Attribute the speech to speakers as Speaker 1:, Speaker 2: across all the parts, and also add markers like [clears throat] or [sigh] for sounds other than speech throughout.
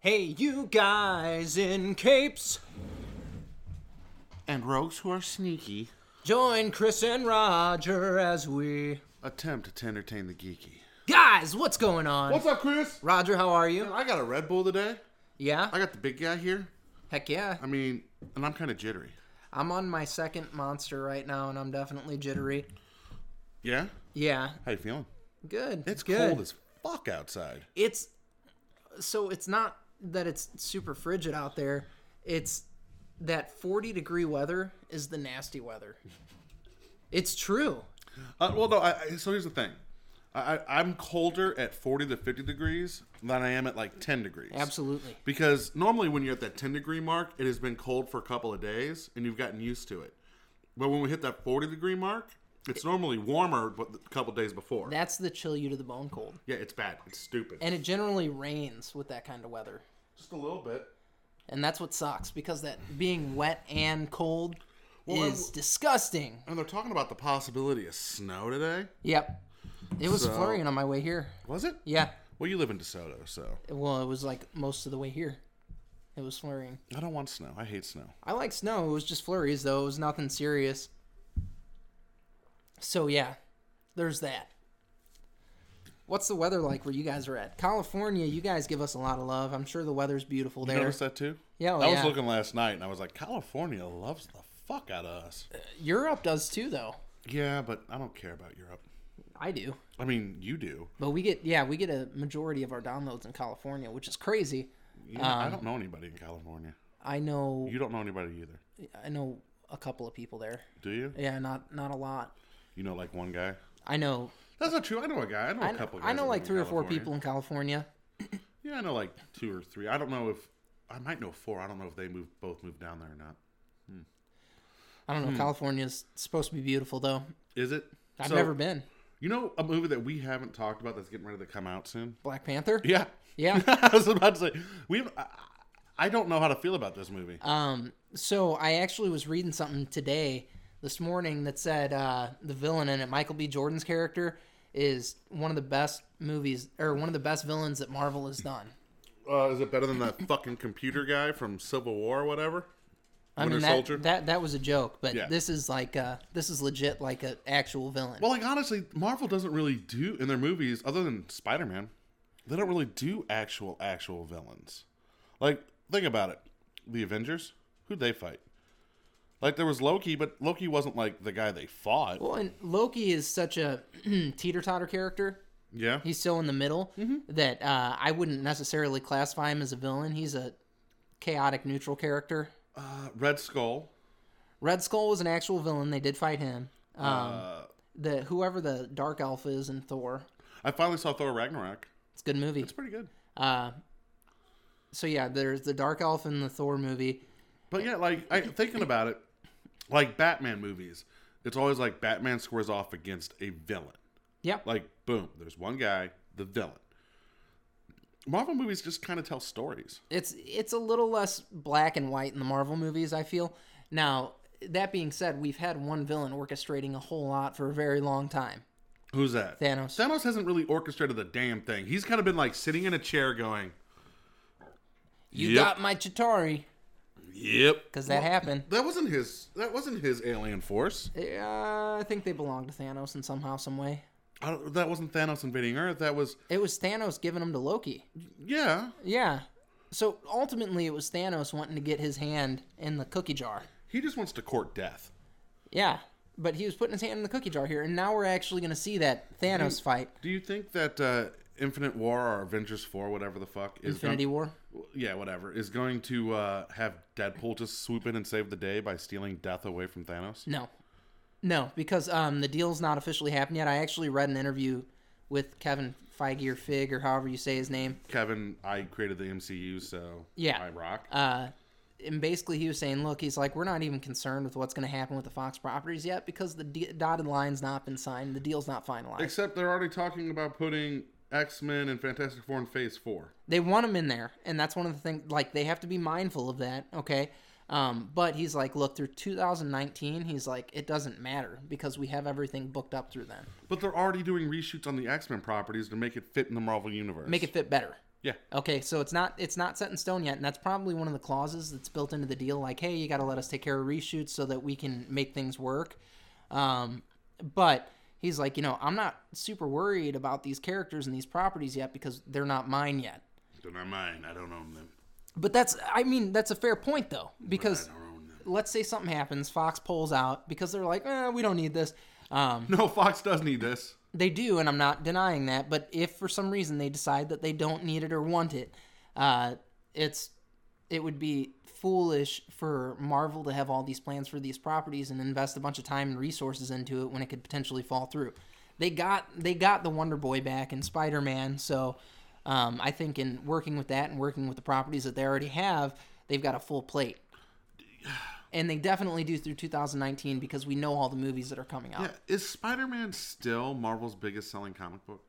Speaker 1: Hey, you guys in capes,
Speaker 2: And rogues who are sneaky
Speaker 1: join Chris and Roger as we.
Speaker 2: attempt to entertain the geeky.
Speaker 1: Guys, what's going on?
Speaker 2: What's up, Chris?
Speaker 1: Roger, how are you?
Speaker 2: I got a Red Bull today.
Speaker 1: Yeah?
Speaker 2: I got the big guy here.
Speaker 1: Heck yeah.
Speaker 2: I mean, and I'm kind of jittery.
Speaker 1: I'm on my second monster right now, and I'm definitely jittery.
Speaker 2: Yeah?
Speaker 1: Yeah,
Speaker 2: How you feeling?
Speaker 1: good.
Speaker 2: It's
Speaker 1: good.
Speaker 2: cold as fuck outside.
Speaker 1: it's so it's not that it's super frigid out there it's that 40 degree weather is the nasty weather it's true
Speaker 2: Uh, well, no. I, I, so here's the thing. I, I, I'm colder at 40 to 50 degrees than I am at like 10 degrees.
Speaker 1: absolutely
Speaker 2: Because normally when you're at that 10 degree mark, it has been cold for a couple of days and you've gotten used to it. But when we hit that 40 degree mark, it's normally warmer but a couple of days before.
Speaker 1: that's the chill you to the bone cold
Speaker 2: yeah, it's bad. It's stupid.
Speaker 1: and it generally rains with that kind of weather
Speaker 2: Just a little bit.
Speaker 1: and that's what sucks because that being wet and cold
Speaker 2: Well, I-
Speaker 1: is disgusting
Speaker 2: And they're talking about the possibility of snow today.
Speaker 1: yep it was
Speaker 2: So-
Speaker 1: flurrying on my way here
Speaker 2: Was it?
Speaker 1: yeah
Speaker 2: Well, you live in DeSoto, so
Speaker 1: well it was like most of the way here it was flurrying
Speaker 2: I don't want snow. I hate snow.
Speaker 1: I like snow. It was just flurries, though. It was nothing serious. So, yeah, there's that. What's the weather like where you guys are at? California, you guys give us a lot of love. I'm sure the weather's beautiful
Speaker 2: You
Speaker 1: there.
Speaker 2: notice that too?
Speaker 1: Yeah, oh,
Speaker 2: I
Speaker 1: yeah.
Speaker 2: was looking last night and I was like, California loves the fuck out of us.
Speaker 1: Europe does too, though.
Speaker 2: Yeah, but I don't care about Europe.
Speaker 1: I do.
Speaker 2: I mean, you do.
Speaker 1: But we get, yeah, we get a majority of our downloads in California, which is crazy.
Speaker 2: You
Speaker 1: Um.
Speaker 2: I don't know anybody in California.
Speaker 1: I know,
Speaker 2: You don't know anybody either,
Speaker 1: I know a couple of people there.
Speaker 2: do you?
Speaker 1: Yeah, not not a lot.
Speaker 2: You know, like one guy.
Speaker 1: I know,
Speaker 2: That's not true. I know a guy. I know a
Speaker 1: I know,
Speaker 2: couple. Guys
Speaker 1: I know
Speaker 2: that
Speaker 1: like
Speaker 2: live in
Speaker 1: three or four
Speaker 2: California.
Speaker 1: people in California.
Speaker 2: Yeah, I know like two or three. I don't know if I might know four. I don't know if they moved both moved down there or not.
Speaker 1: I don't know. California's supposed to be beautiful, though.
Speaker 2: Is it?
Speaker 1: I've
Speaker 2: Hmm. So,
Speaker 1: never been.
Speaker 2: You know a movie that we haven't talked about that's getting ready to come out soon.
Speaker 1: Black Panther.
Speaker 2: Yeah.
Speaker 1: [laughs]
Speaker 2: [laughs]
Speaker 1: Yeah.
Speaker 2: I was about to say we. Have, I, I don't know how to feel about this movie.
Speaker 1: Um. So I actually was reading something today, this morning, that said uh, the villain in it, Michael B. Jordan's character, is one of the best movies or one of the best villains that Marvel has done.
Speaker 2: Uh, is it better than that fucking computer guy from Civil War or whatever?
Speaker 1: I
Speaker 2: Winter
Speaker 1: mean, that,
Speaker 2: Soldier.
Speaker 1: that that was a joke, but
Speaker 2: Yeah.
Speaker 1: this is like uh this is legit like an actual villain.
Speaker 2: Well, like honestly, Marvel doesn't really do in their movies, other than Spider Man, they don't really do actual actual villains. Like, think about it: the Avengers, who'd they fight? Like, there was Loki, but Loki wasn't like the guy they fought.
Speaker 1: well, and Loki is such a [clears throat] teeter totter character.
Speaker 2: yeah,
Speaker 1: He's so in the middle
Speaker 2: Mm-hmm.
Speaker 1: that uh, I wouldn't necessarily classify him as a villain. He's a chaotic neutral character.
Speaker 2: uh, Red Skull.
Speaker 1: Red Skull was an actual villain. They did fight him. Um,
Speaker 2: Uh,
Speaker 1: the whoever the Dark Elf is in Thor.
Speaker 2: I finally saw Thor Ragnarok.
Speaker 1: It's a good movie.
Speaker 2: It's pretty good.
Speaker 1: Uh, so yeah, there's the Dark Elf in the Thor movie.
Speaker 2: But yeah, like I, thinking about it, like Batman movies, it's always like Batman squares off against a villain.
Speaker 1: Yeah.
Speaker 2: Like boom, there's one guy, the villain. Marvel movies just kind of tell stories.
Speaker 1: It's it's a little less black and white in the Marvel movies, I feel. Now, that being said, we've had one villain orchestrating a whole lot for a very long time.
Speaker 2: Who's that?
Speaker 1: Thanos.
Speaker 2: Thanos hasn't really orchestrated the damn thing. He's kind of been like sitting in a chair going,
Speaker 1: You
Speaker 2: Yep.
Speaker 1: got my Chitari
Speaker 2: "Yep."
Speaker 1: cuz that happened.
Speaker 2: That wasn't his. That wasn't his alien force.
Speaker 1: Uh, I think they belong to Thanos in somehow some way.
Speaker 2: I don't, that wasn't Thanos invading Earth. That was
Speaker 1: It was Thanos giving them to Loki.
Speaker 2: yeah.
Speaker 1: Yeah. So ultimately, it was Thanos wanting to get his hand in the cookie jar.
Speaker 2: He just wants to court death.
Speaker 1: Yeah. But he was putting his hand in the cookie jar here, and now we're actually going to see that Thanos fight,
Speaker 2: Do you think that uh, Infinite War or Avengers Four, whatever the fuck, is
Speaker 1: Infinity
Speaker 2: gon-
Speaker 1: War.
Speaker 2: yeah, whatever, is going to uh, have Deadpool just swoop in and save the day by stealing death away from Thanos?
Speaker 1: No. No, because um, the deal's not officially happened yet. I actually read an interview with Kevin Feige or Fig or however you say his name.
Speaker 2: Kevin, I created the MCU, so
Speaker 1: Yeah.
Speaker 2: I rock.
Speaker 1: Uh, and basically, he was saying, look, he's like, we're not even concerned with what's going to happen with the Fox properties yet because the de- dotted line's not been signed. The deal's not finalized.
Speaker 2: Except they're already talking about putting X Men and Fantastic Four in Phase Four.
Speaker 1: they want him in there and that's one of the things like they have to be mindful of that okay um, but he's like look through 2019 he's like it doesn't matter because we have everything booked up through then
Speaker 2: But they're already doing reshoots on the X Men properties to make it fit in the Marvel universe.
Speaker 1: make it fit better
Speaker 2: Yeah.
Speaker 1: Okay, so it's not it's not set in stone yet, and that's probably one of the clauses that's built into the deal. Like, hey, you got to let us take care of reshoots so that we can make things work. Um, but he's like, you know, I'm not super worried about these characters and these properties yet because they're not mine yet.
Speaker 2: They're not mine. I don't own them.
Speaker 1: But that's I mean that's a fair point though because
Speaker 2: I don't own them.
Speaker 1: let's say something happens, Fox pulls out because they're like, eh, we don't need this. Um,
Speaker 2: No, Fox does need this.
Speaker 1: They do, and I'm not denying that. But if for some reason they decide that they don't need it or want it, uh, it's it would be foolish for Marvel to have all these plans for these properties and invest a bunch of time and resources into it when it could potentially fall through. They got they got the Wonder Boy back and Spider Man, so um, I think in working with that and working with the properties that they already have, they've got a full plate. And they definitely do through 2019 because we know all the movies that are coming out.
Speaker 2: Yeah, is Spider-Man still Marvel's biggest selling comic book?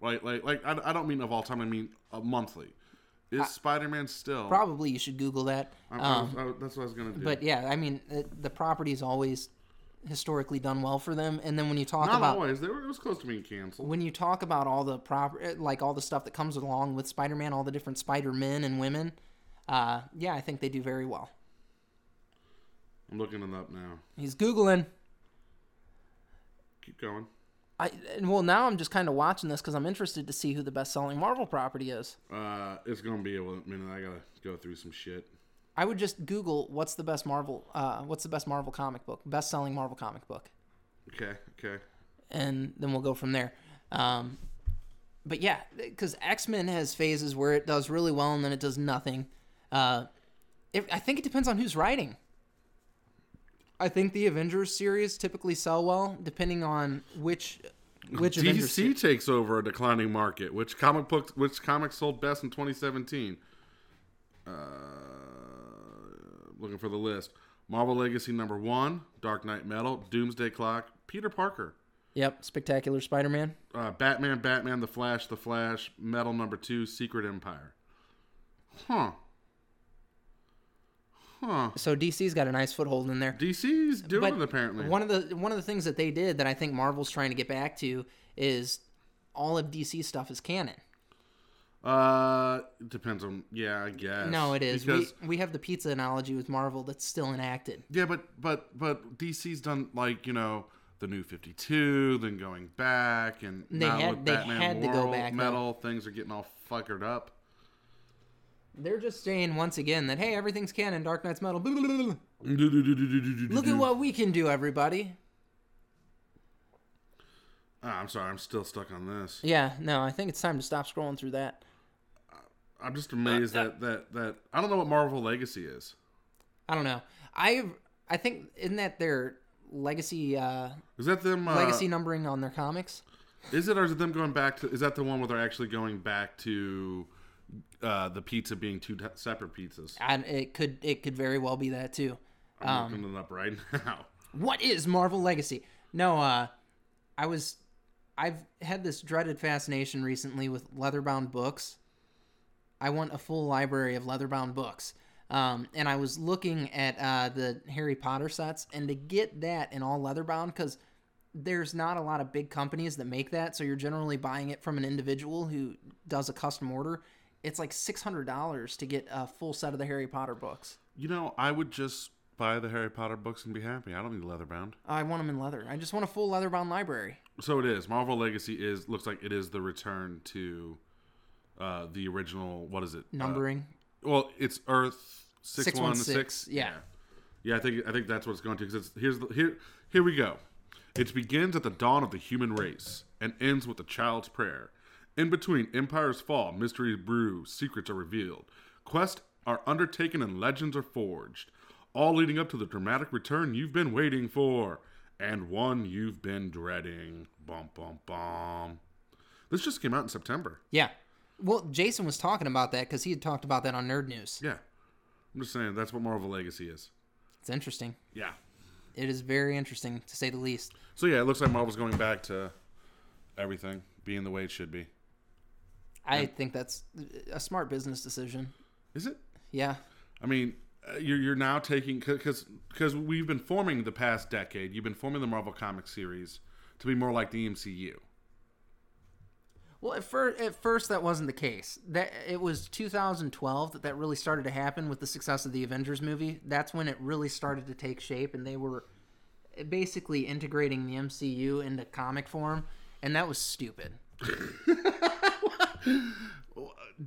Speaker 2: Right, like, like I, I don't mean of all time. I mean uh, monthly. Is Spider-Man still?
Speaker 1: Probably you should Google that.
Speaker 2: I- I
Speaker 1: Um,
Speaker 2: was- I- that's what I was gonna do.
Speaker 1: But yeah, I mean, the, the property's always historically done well for them. And then when you talk
Speaker 2: not
Speaker 1: about
Speaker 2: always. They were, it was close to being canceled.
Speaker 1: when you talk about all the proper like all the stuff that comes along with Spider-Man, all the different Spider-Men and women, uh, yeah, I think they do very well.
Speaker 2: I'm looking it up now.
Speaker 1: He's googling.
Speaker 2: Keep going.
Speaker 1: I and well now I'm just kind of watching this because I'm interested to see who the best-selling Marvel property is.
Speaker 2: Uh, it's gonna be a minute. I gotta go through some shit.
Speaker 1: I would just Google what's the best Marvel, uh, what's the best Marvel comic book, best-selling Marvel comic book.
Speaker 2: Okay, okay.
Speaker 1: and then we'll go from there. Um, but yeah, because X Men has phases where it does really well and then it does nothing. Uh, it, I think it depends on who's writing. I think the Avengers series typically sell well, depending on which which Avengers.
Speaker 2: DC takes over a declining market. Which comic book? Which comic sold best in 2017? Uh, looking for the list. Marvel Legacy number one, Dark Knight Metal, Doomsday Clock, Peter Parker,
Speaker 1: Yep, Spectacular Spider Man.
Speaker 2: uh, Batman, Batman, The Flash, The Flash, Metal number two, Secret Empire. Huh. Huh.
Speaker 1: So DC's got a nice foothold in there.
Speaker 2: DC's doing
Speaker 1: But
Speaker 2: it apparently.
Speaker 1: One of the one of the things that they did that I think Marvel's trying to get back to is all of DC stuff is canon.
Speaker 2: Uh, depends on. Yeah, I guess.
Speaker 1: No, it is.
Speaker 2: because
Speaker 1: we, we have the pizza analogy with Marvel that's still enacted.
Speaker 2: yeah, but but but DC's done like you know the new Fifty Two, then going back and
Speaker 1: They
Speaker 2: now
Speaker 1: had-
Speaker 2: with
Speaker 1: they
Speaker 2: Batman
Speaker 1: had to go
Speaker 2: World
Speaker 1: back, though.
Speaker 2: Metal things are getting all fuckered up.
Speaker 1: They're just saying once again that hey, everything's canon. Dark Knight's metal. blah, blah, blah, blah. Look
Speaker 2: Look
Speaker 1: at what we can do, everybody.
Speaker 2: Ah, I'm sorry, I'm still stuck on this.
Speaker 1: Yeah, no, I think it's time to stop scrolling through that.
Speaker 2: I'm
Speaker 1: Uh,
Speaker 2: just amazed that that that I don't know what Marvel Legacy is.
Speaker 1: I don't know. I I think isn't that their legacy uh,
Speaker 2: Is that them? Uh,
Speaker 1: legacy numbering on their comics?
Speaker 2: Is it or is it them going back to? Is that the one where they're actually going back to uh, the pizza being two t- separate pizzas?
Speaker 1: I, it could it could very well be that too.
Speaker 2: I'm
Speaker 1: Um,
Speaker 2: looking it up right [laughs] now.
Speaker 1: What is Marvel Legacy? No, uh, I was I've had this dreaded fascination recently with leatherbound books. I want a full library of leatherbound books. Um, and I was looking at uh, the Harry Potter sets, and to get that in all leatherbound, because there's not a lot of big companies that make that, so you're generally buying it from an individual who does a custom order. It's like six hundred dollars to get a full set of the Harry Potter books.
Speaker 2: You know, I would just buy the Harry Potter books and be happy. I don't need leatherbound.
Speaker 1: I want them in leather. I just want a full leatherbound library.
Speaker 2: So it is. Marvel Legacy is looks like it is the return to uh, the original. What is it? Uh,
Speaker 1: Numbering.
Speaker 2: well, it's Earth six one
Speaker 1: 616,
Speaker 2: six.
Speaker 1: yeah.
Speaker 2: Yeah, I think I think that's what it's going to. Because here's the, here here we go. It begins at the dawn of the human race and ends with the child's prayer. In between, empires fall, mysteries brew, secrets are revealed, quests are undertaken, and legends are forged. All leading up to the dramatic return you've been waiting for, and one you've been dreading. Bum bum bum. This just came out in September.
Speaker 1: Yeah. Well, Jason was talking about that because he had talked about that on Nerd News.
Speaker 2: Yeah, I'm just saying that's what Marvel Legacy is.
Speaker 1: It's interesting.
Speaker 2: Yeah.
Speaker 1: It is very interesting, to say the least.
Speaker 2: So yeah, it looks like Marvel's going back to everything being the way it should be.
Speaker 1: I think that's a smart business decision.
Speaker 2: Is it?
Speaker 1: Yeah.
Speaker 2: I mean, uh, you're you're now taking because because we've been forming the past decade. You've been forming the Marvel comic series to be more like the MCU.
Speaker 1: Well, at first, at first that wasn't the case. That it was 2012 that that really started to happen with the success of the Avengers movie. That's when it really started to take shape, and they were basically integrating the MCU into comic form, and that was stupid.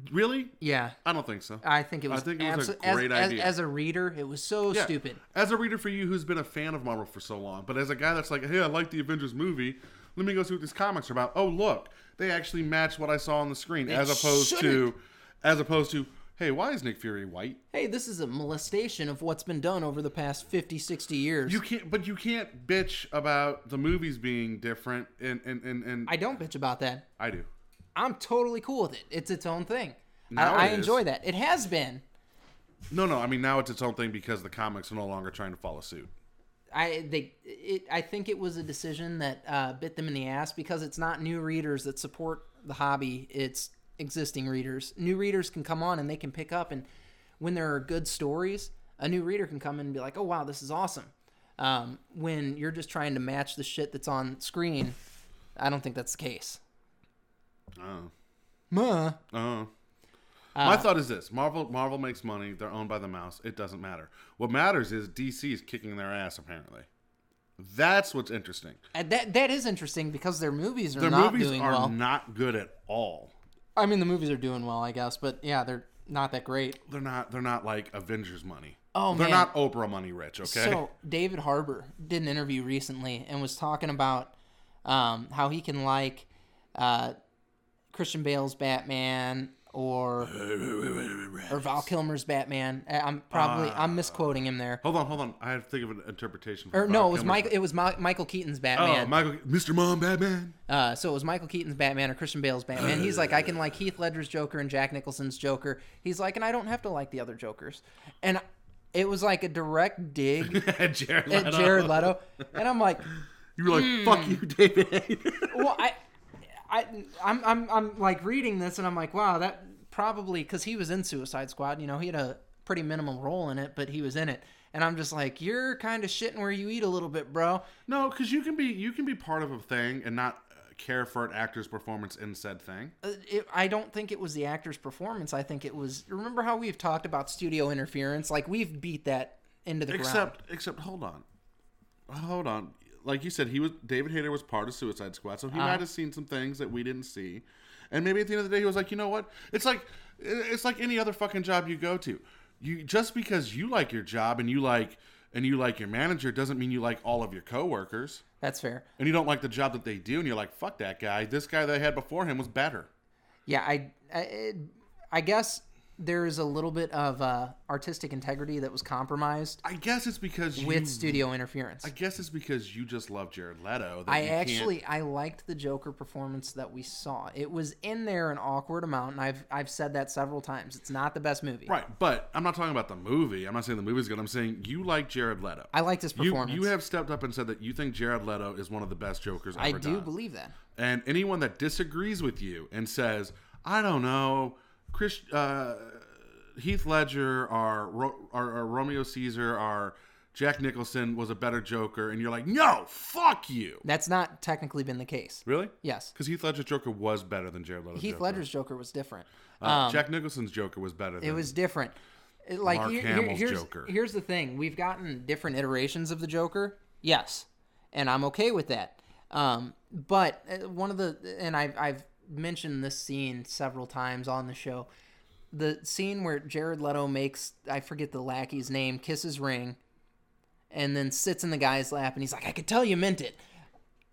Speaker 2: Really?
Speaker 1: Yeah,
Speaker 2: I don't think so.
Speaker 1: I think it was.
Speaker 2: think it was a
Speaker 1: abso- as-
Speaker 2: great
Speaker 1: as,
Speaker 2: idea.
Speaker 1: As, a reader, it was so
Speaker 2: Yeah.
Speaker 1: stupid.
Speaker 2: As a reader for you who's been a fan of Marvel for so long, but as a guy that's like, hey, I like the Avengers movie, let me go see what these comics are about. Oh, look, they actually match what I saw on the screen, as opposed
Speaker 1: shouldn't.
Speaker 2: to, as opposed to, hey, why is Nick Fury white?
Speaker 1: Hey, this is a molestation of what's been done over the past 50, 60 years.
Speaker 2: You can't, but you can't bitch about the movies being different, and and and, and
Speaker 1: I don't bitch about that.
Speaker 2: I do.
Speaker 1: I'm totally cool with it. It's its own thing. I,
Speaker 2: Now
Speaker 1: I
Speaker 2: it is.
Speaker 1: enjoy that. It has been.
Speaker 2: No, no, I mean now it's its own thing because the comics are no longer trying to follow suit.
Speaker 1: I they it I think it was a decision that uh, bit them in the ass because it's not new readers that support the hobby; it's existing readers. New readers can come on and they can pick up, and when there are good stories, a new reader can come in and be like, "Oh wow, this is awesome." Um, when you're just trying to match the shit that's on screen, I don't think that's the case.
Speaker 2: Oh.
Speaker 1: Muh.
Speaker 2: Uh, my thought is this: Marvel, Marvel makes money. They're owned by the mouse. It doesn't matter. What matters is DC is kicking their ass. Apparently, that's what's interesting.
Speaker 1: And That that is interesting because their movies are
Speaker 2: Their
Speaker 1: not
Speaker 2: movies
Speaker 1: doing
Speaker 2: are
Speaker 1: well.
Speaker 2: not good at all.
Speaker 1: I mean, the movies are doing well, I guess, but yeah, they're not that great.
Speaker 2: They're not. They're not like Avengers money.
Speaker 1: Oh,
Speaker 2: they're
Speaker 1: man.
Speaker 2: not Oprah money rich. Okay.
Speaker 1: So David Harbour did an interview recently and was talking about um, how he can like uh, Christian Bale's Batman
Speaker 2: [laughs]
Speaker 1: or or Val Kilmer's Batman. I- I'm probably
Speaker 2: Ah.
Speaker 1: I'm misquoting him there.
Speaker 2: hold on, hold on. I have to think of an interpretation. For
Speaker 1: Or no, it was
Speaker 2: Kilmer's-
Speaker 1: Michael. It was Mi- Michael Keaton's
Speaker 2: Oh,
Speaker 1: Batman.
Speaker 2: Michael, Mr. Mom, Batman.
Speaker 1: Uh, so it was Michael Keaton's Batman or Christian Bale's Batman. He's like, I can like Heath Ledger's Joker and Jack Nicholson's Joker. He's like, and I don't have to like the other Jokers. And it was like a direct
Speaker 2: [laughs]
Speaker 1: dig
Speaker 2: Jared Leto.
Speaker 1: at Jared Leto. And I'm like,
Speaker 2: You were like, "Fuck you, David." [laughs]
Speaker 1: well, I, I, I'm, I'm, I'm like reading this, and I'm like, wow, that probably because he was in Suicide Squad. You know, he had a pretty minimal role in it, but he was in it, and I'm just like, you're kind of shitting where you eat a little bit, bro.
Speaker 2: No, because you can be you can be part of a thing and not uh, care for an actor's performance in said thing.
Speaker 1: Uh, It, I don't think it was the actor's performance. I think it was. Remember how we've talked about studio interference? Like we've beat that into the ground.
Speaker 2: Except, except, hold on, hold on. Like you said, he was David Hayter was part of Suicide Squad, so he might have seen some things that we didn't see. And maybe at the end of the day, he was like, you know what? It's like it's like any other fucking job you go to. You just because you like your job and you like and you like your manager doesn't mean you like all of your coworkers.
Speaker 1: That's fair.
Speaker 2: And you don't like the job that they do, and you're like, fuck that guy. This guy that I had before him was better.
Speaker 1: Yeah, I, I, it- I guess there is a little bit of uh, artistic integrity that was compromised
Speaker 2: I guess it's because you
Speaker 1: with studio interference.
Speaker 2: Hmm. I guess it's because you just love Jared Leto. That
Speaker 1: I
Speaker 2: you can't-
Speaker 1: actually I liked the Joker performance that we saw. It was in there an awkward amount, and I've I've said that several times. It's not the best movie.
Speaker 2: right, but I'm not talking about the movie. I'm not saying the movie's good. I'm saying you like Jared Leto.
Speaker 1: I liked his
Speaker 2: you,
Speaker 1: performance.
Speaker 2: you have stepped up and said that you think Jared Leto is one of the best Jokers ever
Speaker 1: I do
Speaker 2: done.
Speaker 1: believe that.
Speaker 2: and anyone that disagrees with you and says, "I don't know, Chris, uh, Heath Ledger or, Ro- or, or Romeo Caesar or Jack Nicholson was a better Joker," and you're like, "No, fuck you."
Speaker 1: That's not technically been the case.
Speaker 2: Really?
Speaker 1: Yes.
Speaker 2: Because Heath Ledger's Joker was better than Jared Leto's
Speaker 1: Heath
Speaker 2: Joker.
Speaker 1: Ledger's Joker was different.
Speaker 2: Uh, Jack Nicholson's Joker was better. Than
Speaker 1: It was different. It- like
Speaker 2: Mark
Speaker 1: here- here-
Speaker 2: Hamill's
Speaker 1: here's,
Speaker 2: Joker.
Speaker 1: Here's the thing: we've gotten different iterations of the Joker. Yes, and I'm okay with that. Um, but uh, one of the and I've I've mentioned this scene several times on the show. The scene where Jared Leto makes I forget the lackey's name kiss his ring, and then sits in the guy's lap and he's like, "I could tell you meant it."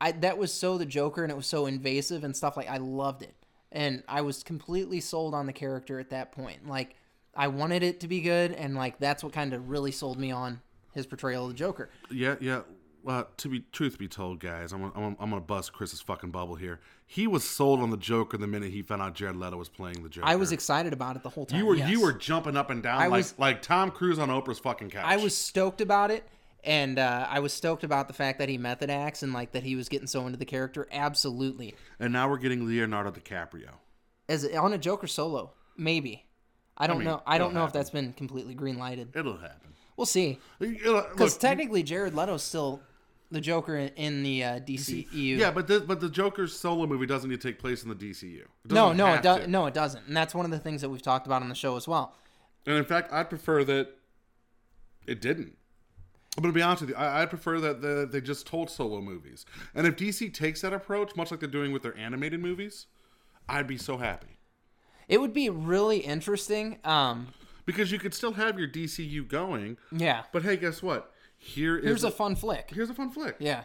Speaker 1: I that was so the Joker and it was so invasive and stuff like I loved it. And I was completely sold on the character at that point. Like I wanted it to be good and like that's what kind of really sold me on his portrayal of the Joker.
Speaker 2: Yeah, yeah. Uh, to be truth be told, guys, I'm gonna, I'm, gonna, I'm gonna bust Chris's fucking bubble here. He was sold on the Joker the minute he found out Jared Leto was playing the Joker.
Speaker 1: I was excited about it the whole time.
Speaker 2: you were
Speaker 1: yes.
Speaker 2: you were jumping up and down
Speaker 1: I
Speaker 2: like
Speaker 1: was-
Speaker 2: like Tom Cruise on Oprah's fucking couch.
Speaker 1: I was stoked about it and uh, I was stoked about the fact that he method acts and like that he was getting so into the character. Absolutely.
Speaker 2: and now we're getting Leonardo DiCaprio.
Speaker 1: As on a Joker solo, maybe. I don't
Speaker 2: mean,
Speaker 1: know. I don't
Speaker 2: it'll
Speaker 1: know if that's been completely green lighted.
Speaker 2: It'll happen.
Speaker 1: We'll see.
Speaker 2: It'll-
Speaker 1: Because
Speaker 2: look,
Speaker 1: technically, Jared Leto's still the Joker in, in the uh, DCEU.
Speaker 2: Yeah, but the, but the Joker's solo movie doesn't need to take place in the DCU. It
Speaker 1: no,
Speaker 2: doesn't
Speaker 1: no,
Speaker 2: have
Speaker 1: it do-
Speaker 2: to.
Speaker 1: no, it doesn't. And that's one of the things that we've talked about on the show as well.
Speaker 2: And in fact, I'd prefer that it didn't. I'm going to be honest with you. I, I prefer that the, they just told solo movies. And if DC takes that approach, much like they're doing with their animated movies, I'd be so happy.
Speaker 1: It would be really interesting. Um,
Speaker 2: Because you could still have your DCU going,
Speaker 1: yeah,
Speaker 2: but hey, guess what? Here is
Speaker 1: here's a fun flick.
Speaker 2: here's a fun flick.
Speaker 1: Yeah.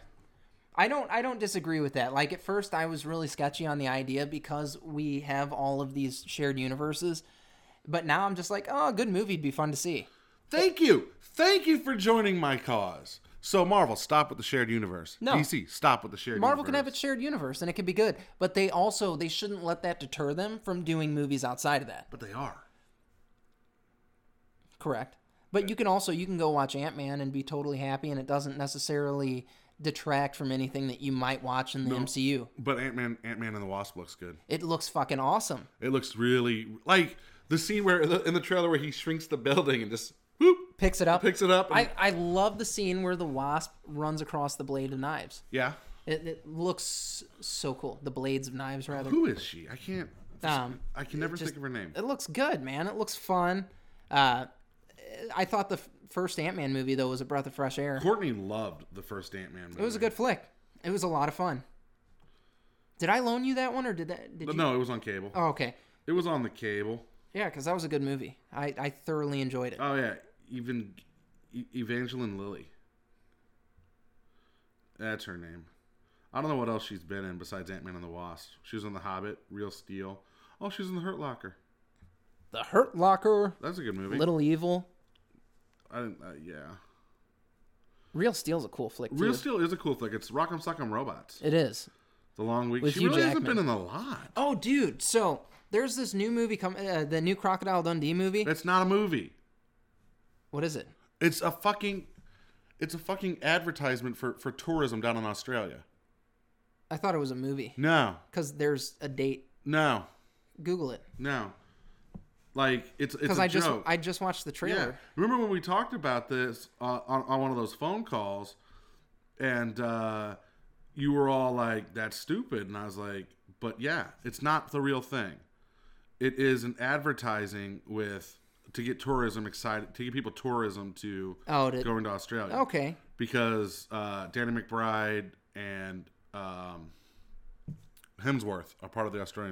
Speaker 1: I don't I don't disagree with that. Like at first I was really sketchy on the idea because we have all of these shared universes. But now I'm just like, oh, a good movie'd be fun to see.
Speaker 2: Thank you. Thank you for joining my cause. So Marvel, stop with the shared universe.
Speaker 1: No.
Speaker 2: DC, stop with the shared
Speaker 1: Marvel
Speaker 2: universe.
Speaker 1: can have its shared universe and it can be good, but they also they shouldn't let that deter them from doing movies outside of that.
Speaker 2: But they are.
Speaker 1: Correct. But you can also you can go watch Ant Man and be totally happy, and it doesn't necessarily detract from anything that you might watch in the MCU.
Speaker 2: But Ant Man Ant Man and the Wasp looks good.
Speaker 1: It looks fucking awesome.
Speaker 2: It looks really like the scene where in the trailer where he shrinks the building and just whoop
Speaker 1: Picks it up.
Speaker 2: picks it up. and-
Speaker 1: I, I love the scene where the wasp runs across the blade of knives.
Speaker 2: yeah.
Speaker 1: It, it looks so cool. The blades of knives, rather.
Speaker 2: Who is she? I can't.
Speaker 1: Um,
Speaker 2: I can never
Speaker 1: just-
Speaker 2: think of her name.
Speaker 1: It looks good, man. It looks fun. Uh, I thought the f- first Ant Man movie though was a breath of fresh air.
Speaker 2: Courtney loved the first Ant Man movie.
Speaker 1: It was a good flick. It was a lot of fun. Did I loan you that one, or did that? Did you?
Speaker 2: No, it was on cable.
Speaker 1: Oh, okay.
Speaker 2: It was on the cable.
Speaker 1: Yeah, because that was a good movie. I, I thoroughly enjoyed it.
Speaker 2: Oh yeah, even E- Evangeline Lilly. That's her name. I don't know what else she's been in besides Ant Man and the Wasp. She was on The Hobbit, Real Steel. Oh, she was in The Hurt Locker.
Speaker 1: the Hurt Locker,
Speaker 2: That's a good movie.
Speaker 1: Little Evil,
Speaker 2: I didn't, uh, yeah.
Speaker 1: Real Steel's a cool flick too.
Speaker 2: Real Steel is a cool flick. It's Rock'em Sock'em Robots.
Speaker 1: it is.
Speaker 2: The Long Week.
Speaker 1: With
Speaker 2: she
Speaker 1: Hugh
Speaker 2: really hasn't
Speaker 1: Jackman.
Speaker 2: been in a lot.
Speaker 1: Oh, dude. So there's this new movie coming. Uh, the new Crocodile Dundee movie.
Speaker 2: That's not a movie.
Speaker 1: What is it?
Speaker 2: It's a fucking, it's a fucking advertisement for for tourism down in Australia.
Speaker 1: I thought it was a movie
Speaker 2: No,
Speaker 1: because there's a date.
Speaker 2: no,
Speaker 1: Google it
Speaker 2: no. Like it's it's
Speaker 1: because
Speaker 2: a
Speaker 1: I just
Speaker 2: joke.
Speaker 1: I just watched the
Speaker 2: Yeah.
Speaker 1: trailer.
Speaker 2: Remember when we talked about this uh, on, on one of those phone calls and uh, you were all like, that's stupid. And I was like, but yeah, it's not the real thing. It is an advertising with to get tourism excited, to get people tourism to
Speaker 1: Oh, did,
Speaker 2: going to Australia.
Speaker 1: okay.
Speaker 2: Because uh, Danny McBride and um, Hemsworth are part of the Australian